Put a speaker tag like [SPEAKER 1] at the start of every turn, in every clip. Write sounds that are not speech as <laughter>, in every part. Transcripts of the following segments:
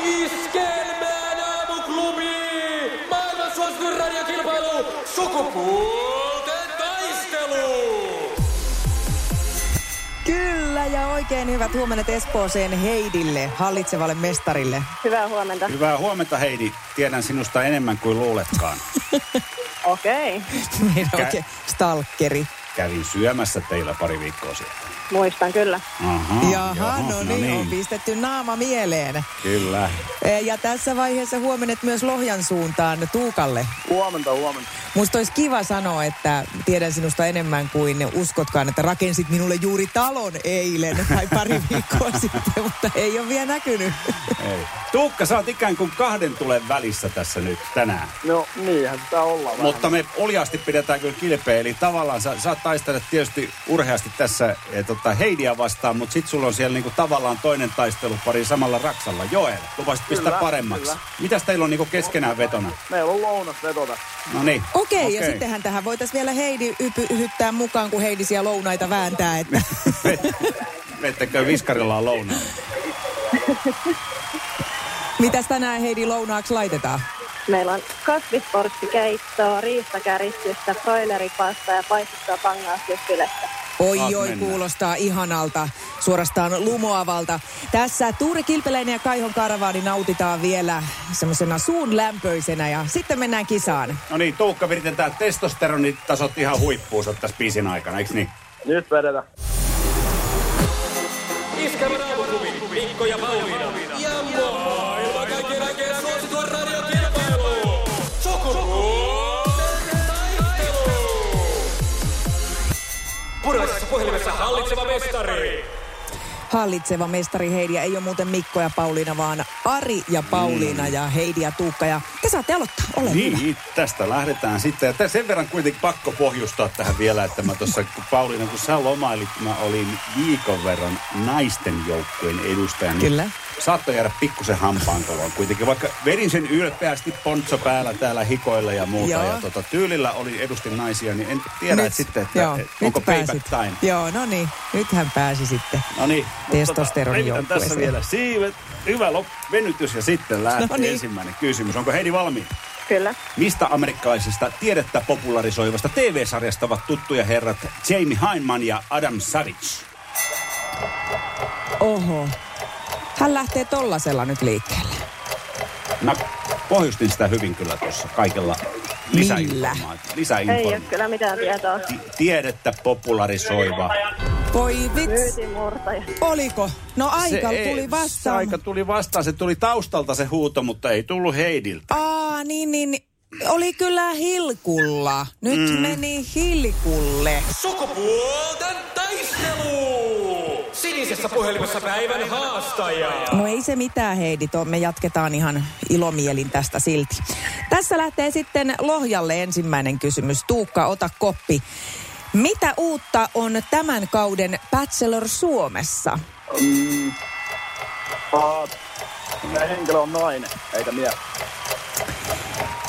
[SPEAKER 1] Iskelmään aamuklubi! Maailman suosituin radiokilpailu! Sukupuolten taistelu!
[SPEAKER 2] Kyllä, ja oikein hyvät huomenet Espooseen Heidille, hallitsevalle mestarille. <laughs>
[SPEAKER 3] Hyvää huomenta.
[SPEAKER 4] Hyvää huomenta Heidi. Tiedän sinusta enemmän kuin luuletkaan.
[SPEAKER 3] Okei,
[SPEAKER 2] Meidän
[SPEAKER 4] Kä-
[SPEAKER 2] oikein stalkeri.
[SPEAKER 4] Kävin syömässä teillä pari viikkoa sitten.
[SPEAKER 3] muistan kyllä.
[SPEAKER 4] Aha,
[SPEAKER 2] Jaha,
[SPEAKER 4] joo,
[SPEAKER 2] no niin, on pistetty naama mieleen.
[SPEAKER 4] Kyllä.
[SPEAKER 2] E, Ja tässä vaiheessa huomenet myös Lohjan suuntaan Tuukalle.
[SPEAKER 5] Huomenta, huomenta.
[SPEAKER 2] Musta olisi kiva sanoa, että tiedän sinusta enemmän kuin uskotkaan, että rakensit minulle juuri talon <laughs> eilen tai pari viikkoa sitten, mutta ei ole vielä näkynyt.
[SPEAKER 4] Ei. Tuukka, sä oot ikään kuin kahden tulen välissä tässä nyt tänään.
[SPEAKER 5] No niinhän sitä ollaan
[SPEAKER 4] Mutta me oljaasti pidetään kyllä kilpeä, eli tavallaan sä, sä taistelet tietysti urheasti tässä e, tota, Heidiä vastaan, mutta sit sulla on siellä niinku tavallaan toinen taistelupari samalla raksalla. Joel, lupasit pistää
[SPEAKER 5] Kyllä,
[SPEAKER 4] paremmaksi.
[SPEAKER 5] kyllä.
[SPEAKER 4] Mitäs teillä on niinku keskenään vetona?
[SPEAKER 5] Meillä on lounasveto tässä.
[SPEAKER 4] No niin.
[SPEAKER 2] Okei, okay, ja sittenhän tähän voitaisiin vielä Heidi ypy- hyttää mukaan, kun Heidi siellä lounaita vääntää. Että...
[SPEAKER 4] Vettekö viskarillaan lounaan?
[SPEAKER 2] Mitäs tänään Heidi lounaaksi laitetaan?
[SPEAKER 3] Meillä on kasvisporttikeittoa, riistakäristystä, broileripasta ja paistettua pangaastyöpylettä.
[SPEAKER 2] Oi
[SPEAKER 4] Taas
[SPEAKER 2] oi,
[SPEAKER 4] mennään.
[SPEAKER 2] kuulostaa ihanalta, suorastaan lumoavalta. Tässä Tuuri Kilpeläinen ja Kaihon Karavaani nautitaan vielä semmoisena suun lämpöisenä ja sitten mennään kisaan.
[SPEAKER 4] No niin, Tuukka viritetään testosteronitasot ihan huippuunsa tässä biisin aikana, eikö niin?
[SPEAKER 5] Nyt vedetään.
[SPEAKER 1] Iskelmän aamuklubi! Mikko ja Pauliina! Ja maailman kaikkien aikeen suosituin radiokilpailu! Sukupuolten taistelu! Puraisessa puhelimessa hallitseva mestari!
[SPEAKER 2] Hallitseva mestari Heidi ja ei ole muuten Mikko ja Pauliina, vaan Ari ja Pauliina ja Heidi ja Tuukka. Ja te saatte aloittaa, ole hyvä.
[SPEAKER 4] Mm. Niin, tästä lähdetään sitten. Ja tä- sen verran kuitenkin pakko pohjustaa tähän vielä, että mä tuossa, kun Pauliina, kun sä lomailit, mä olin viikon verran naisten joukkueen edustajana.
[SPEAKER 2] Kyllä.
[SPEAKER 4] Saattoi jäädä pikkusen hampaankoloon kuitenkin, vaikka vedin sen ylpeästi pontso päällä täällä hikoilla ja muuta.
[SPEAKER 2] Joo.
[SPEAKER 4] Ja tota, tyylillä oli edustin naisia, niin en tiedä
[SPEAKER 2] Nyt-
[SPEAKER 4] nyt, sitten, että
[SPEAKER 2] joo,
[SPEAKER 4] et,
[SPEAKER 2] nyt
[SPEAKER 4] onko payback
[SPEAKER 2] pääsit.
[SPEAKER 4] time.
[SPEAKER 2] Joo, no niin, nythän pääsi sitten.
[SPEAKER 4] No niin.
[SPEAKER 2] Testosteroni
[SPEAKER 4] Mutta tota, tässä
[SPEAKER 2] joukkueeseen.
[SPEAKER 4] vielä siivet. Hyvä lop, venytys ja sitten lähtee
[SPEAKER 2] No niin.
[SPEAKER 4] ensimmäinen kysymys. Onko Heidi valmiin?
[SPEAKER 3] Kyllä.
[SPEAKER 4] Mistä amerikkalaisesta tiedettä popularisoivasta TV-sarjasta ovat tuttuja herrat Jamie Heinman ja Adam Savage?
[SPEAKER 2] Oho. Hän lähtee tollasella nyt liikkeelle.
[SPEAKER 4] Mä No, pohjustin sitä hyvin kyllä tuossa kaikella lisäinformaatiota.
[SPEAKER 3] Ei ole
[SPEAKER 4] Lisäinformaatiota.
[SPEAKER 3] kyllä mitään tietoa.
[SPEAKER 4] Ti- Tiedettä popularisoiva.
[SPEAKER 2] Voi vitsi,
[SPEAKER 3] Myytin murtaja.
[SPEAKER 2] oliko? No aika
[SPEAKER 4] Se ei-
[SPEAKER 2] tuli vastaan.
[SPEAKER 4] Aika tuli vastaan. Se tuli taustalta se huuto, mutta ei tullut Heidiltä.
[SPEAKER 2] Aa, niin, niin. niin. Oli kyllä hilkulla. Nyt mm. meni hilkulle.
[SPEAKER 1] Sukupuolten taistelu! Sinisessä puhelimessa päivän haastaja!
[SPEAKER 2] No ei se mitään, Heidi. To, me jatketaan ihan ilomielin tästä silti. Tässä lähtee sitten Lohjalle ensimmäinen kysymys. Tuukka, ota koppi. Mitä uutta on tämän kauden Bachelor Suomessa?
[SPEAKER 5] Uh, tämä henkilö on nainen, eikä mies.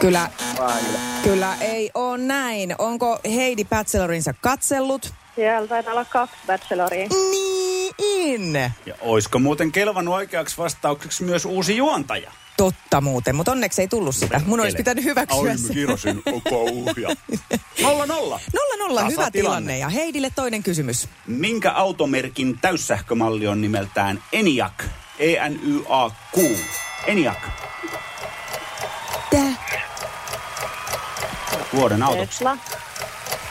[SPEAKER 2] Kyllä,
[SPEAKER 5] Vähän kyllä.
[SPEAKER 2] kyllä ei ole näin. Onko Heidi Bachelorinsa katsellut?
[SPEAKER 3] Siellä taitaa olla kaksi bacheloria.
[SPEAKER 2] Niin.
[SPEAKER 4] Ja oisko muuten kelvannut oikeaksi vastaukseksi myös uusi juontaja?
[SPEAKER 2] Totta muuten, mutta onneksi ei tullut sitä. Mun olisi pitänyt hyväksyä se.
[SPEAKER 4] kirosin, ukouhja. Nolla nolla.
[SPEAKER 2] <laughs> Nolla nolla,
[SPEAKER 4] Tasatilanne.
[SPEAKER 2] hyvä tilanne. Ja Heidille toinen kysymys.
[SPEAKER 4] Minkä automerkin täyssähkömalli on nimeltään ENIAC? E E-N-Y-A-Q. ENIAC.
[SPEAKER 2] Tää
[SPEAKER 4] Vuoden autoksi.
[SPEAKER 3] Tesla.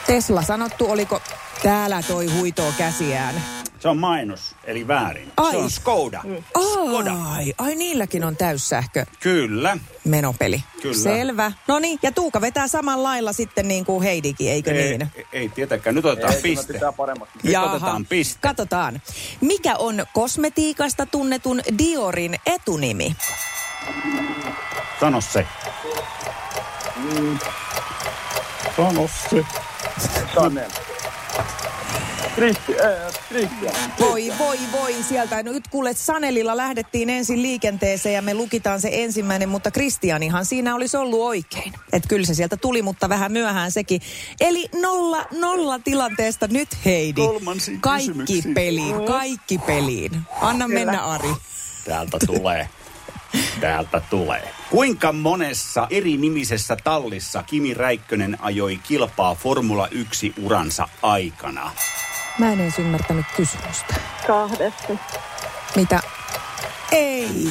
[SPEAKER 2] Tesla sanottu, oliko täällä toi huitoo käsiään?
[SPEAKER 4] Se on mainos, eli väärin.
[SPEAKER 2] Ai.
[SPEAKER 4] Se on Skoda.
[SPEAKER 2] Mm.
[SPEAKER 4] Skoda.
[SPEAKER 2] Ai, ai niilläkin on täyssähkö
[SPEAKER 4] Kyllä.
[SPEAKER 2] menopeli.
[SPEAKER 4] Kyllä.
[SPEAKER 2] Selvä. No niin, ja Tuuka vetää samalla lailla sitten niin kuin Heidikin, eikö
[SPEAKER 4] ei,
[SPEAKER 2] niin?
[SPEAKER 4] ei- Ei tietenkään. Nyt otetaan
[SPEAKER 5] Ei, kyllä
[SPEAKER 4] piste.
[SPEAKER 5] pitää paremmaksi.
[SPEAKER 4] Nyt otetaan piste.
[SPEAKER 2] Katsotaan. Mikä on kosmetiikasta tunnetun Diorin etunimi?
[SPEAKER 4] Sano se.
[SPEAKER 5] Mm. Chanel. Kristi, äh, Kristian.
[SPEAKER 2] Voi, voi, voi sieltä. No nyt kuule, Sanelilla lähdettiin ensin liikenteeseen ja me lukitaan se ensimmäinen, mutta Kristianihan siinä olisi ollut oikein. Et kyllä se sieltä tuli, mutta vähän myöhään sekin. Eli nolla, nolla tilanteesta nyt Heidi.
[SPEAKER 4] Kolmansiin
[SPEAKER 2] kaikki
[SPEAKER 4] kysymyksiin.
[SPEAKER 2] peliin, kaikki peliin. Anna mennä Ari.
[SPEAKER 4] Täältä tulee.
[SPEAKER 2] <laughs>
[SPEAKER 4] Täältä tulee. Kuinka monessa eri nimisessä tallissa Kimi Räikkönen ajoi kilpaa Formula 1 uransa aikana?
[SPEAKER 2] Mä en edes ymmärtänyt kysymystä.
[SPEAKER 3] Kahdesti.
[SPEAKER 2] Mitä? Ei.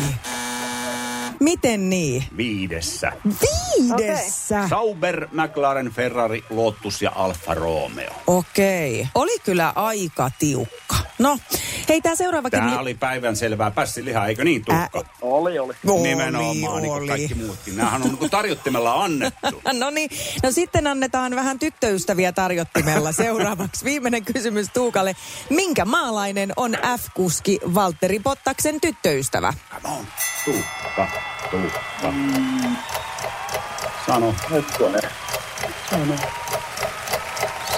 [SPEAKER 2] Miten niin?
[SPEAKER 4] Viidessä.
[SPEAKER 2] Viidessä.
[SPEAKER 4] Sauber, McLaren, Ferrari, Lotus ja Alfa Romeo.
[SPEAKER 2] Okei. Oli kyllä aika tiukka. No, hei tää seuraavakin...
[SPEAKER 4] Tämä oli päivän selvää pässilihaa, eikö niin, Tuukka?
[SPEAKER 2] Ä-
[SPEAKER 5] Oli, oli.
[SPEAKER 2] Oli,
[SPEAKER 4] Nimenomaan, niin kuin kaikki muutkin. Nämähän on niin kuin tarjottimella
[SPEAKER 2] <laughs>
[SPEAKER 4] annettu.
[SPEAKER 2] No niin, no sitten annetaan vähän tyttöystäviä tarjottimella. Seuraavaksi viimeinen kysymys Tuukalle. Minkä maalainen on F-kuski Valtteri Bottaksen tyttöystävä?
[SPEAKER 4] Come on. Tuukka, Tuukka.
[SPEAKER 2] Mm.
[SPEAKER 4] Sano.
[SPEAKER 5] Hetkonen.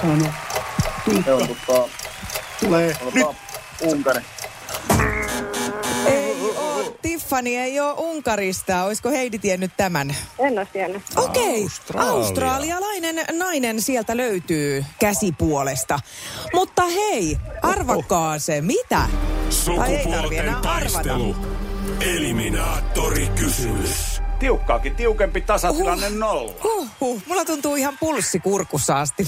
[SPEAKER 5] Sano. Sano. Se on tota... Tulee. Nyt. Unkari.
[SPEAKER 2] Ei oo, Tiffany ei oo Unkarista. Oisko Heidi tiennyt tämän?
[SPEAKER 3] En ole tiennyt.
[SPEAKER 2] Okei,
[SPEAKER 6] Australia.
[SPEAKER 2] australialainen nainen sieltä löytyy käsipuolesta. Mutta hei, arvakaa se, mitä? Ai ei tarvi enää
[SPEAKER 7] Sukupuolten
[SPEAKER 2] arvata.
[SPEAKER 7] taistelu. Eliminaattori kysymys.
[SPEAKER 4] Tiukkaakin tiukempi tasatilanne nolla.
[SPEAKER 2] Huh, huh. Mulla tuntuu ihan pulssi kurkussa asti.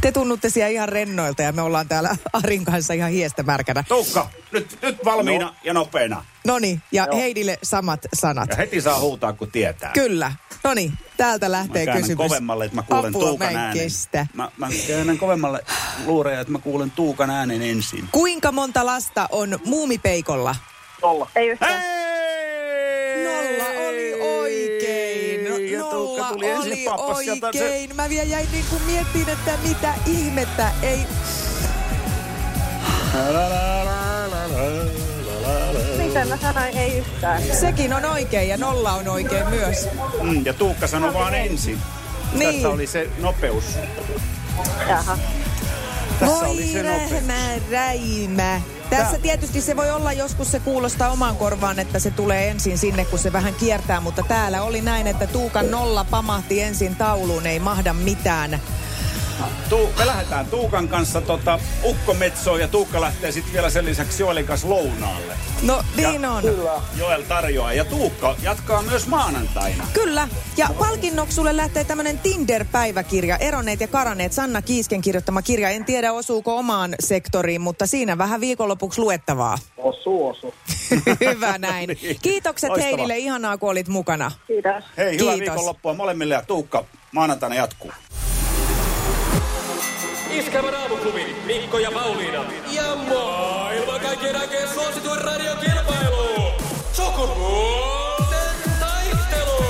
[SPEAKER 2] Te tunnutte siellä ihan rennoilta ja me ollaan täällä Arin kanssa ihan hiestä märkänä.
[SPEAKER 4] Tuukka, nyt, nyt valmiina no. ja nopeena.
[SPEAKER 2] Noni, ja Heidille samat sanat.
[SPEAKER 4] Ja heti saa huutaa, kun tietää.
[SPEAKER 2] Kyllä. Noni, täältä
[SPEAKER 4] Mä
[SPEAKER 2] lähtee
[SPEAKER 4] käännän
[SPEAKER 2] kysymys.
[SPEAKER 4] kovemmalle, että mä kuulen
[SPEAKER 2] Apua,
[SPEAKER 4] Tuukan
[SPEAKER 2] mä en
[SPEAKER 4] äänen.
[SPEAKER 2] kestä.
[SPEAKER 4] Mä, mä käännän kovemmalle luureja, että mä kuulen Tuukan äänen ensin.
[SPEAKER 2] Kuinka monta lasta on muumipeikolla?
[SPEAKER 5] Nolla.
[SPEAKER 3] Ei yhtään.
[SPEAKER 4] Hei!
[SPEAKER 2] Nolla oli oikein.
[SPEAKER 4] Ja Tuukka
[SPEAKER 2] Nolla
[SPEAKER 4] tuli ensin
[SPEAKER 2] oli
[SPEAKER 4] pappas sieltä se...
[SPEAKER 2] oikein. Mä vielä jäin niin kuin miettiin, että mitä ihmettä. Ei,
[SPEAKER 3] Miten mä sanoin ei yhtään?
[SPEAKER 2] sekin on oikein ja nolla on oikein myös.
[SPEAKER 4] Mm, ja Tuukka sanoi vaan ensin.
[SPEAKER 2] Niin.
[SPEAKER 4] Tässä oli se nopeus.
[SPEAKER 3] Jaha.
[SPEAKER 4] Tässä
[SPEAKER 2] voi
[SPEAKER 4] oli se nopeus.
[SPEAKER 2] rähmä, räimä. Tässä tietysti se voi olla joskus se kuulostaa omaan korvaan, että se tulee ensin sinne, kun se vähän kiertää, mutta täällä oli näin, että Tuukan nolla pamahti ensin tauluun, ei mahda mitään.
[SPEAKER 4] Tuu, me lähdetään Tuukan kanssa tota, ukkometsoon ja Tuukka lähtee sitten vielä sen lisäksi Joelin kanssa lounaalle.
[SPEAKER 2] No niin on.
[SPEAKER 4] Joel tarjoaa ja Tuukka jatkaa myös maanantaina.
[SPEAKER 2] Kyllä. Ja palkinnoksi sulle lähtee tämmönen Tinder-päiväkirja, Eroneet ja karaneet, Sanna Kiisken kirjoittama kirja. En tiedä osuuko omaan sektoriin, mutta siinä vähän viikonlopuksi luettavaa. <laughs>
[SPEAKER 5] Osu, osu.
[SPEAKER 2] Hyvä näin.
[SPEAKER 4] Niin.
[SPEAKER 2] Kiitokset
[SPEAKER 4] Loistavaa.
[SPEAKER 2] Heidille, ihanaa kun olit mukana.
[SPEAKER 3] Kiitos.
[SPEAKER 4] Hei, hyvää
[SPEAKER 2] Kiitos.
[SPEAKER 4] viikonloppua molemmille ja Tuukka maanantaina jatkuu.
[SPEAKER 1] Iskävä raamuklubi, Mikko ja Pauliina. Ja maailman kaikkien aikeen suosituen radiokilpailu. Sukupuolten taistelu.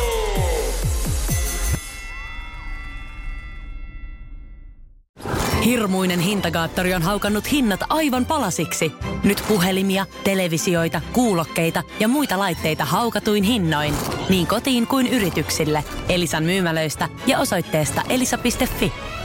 [SPEAKER 8] Hirmuinen hintakaattori on haukannut hinnat aivan palasiksi. Nyt puhelimia, televisioita, kuulokkeita ja muita laitteita haukatuin hinnoin. Niin kotiin kuin yrityksille. Elisan myymälöistä ja osoitteesta elisa.fi.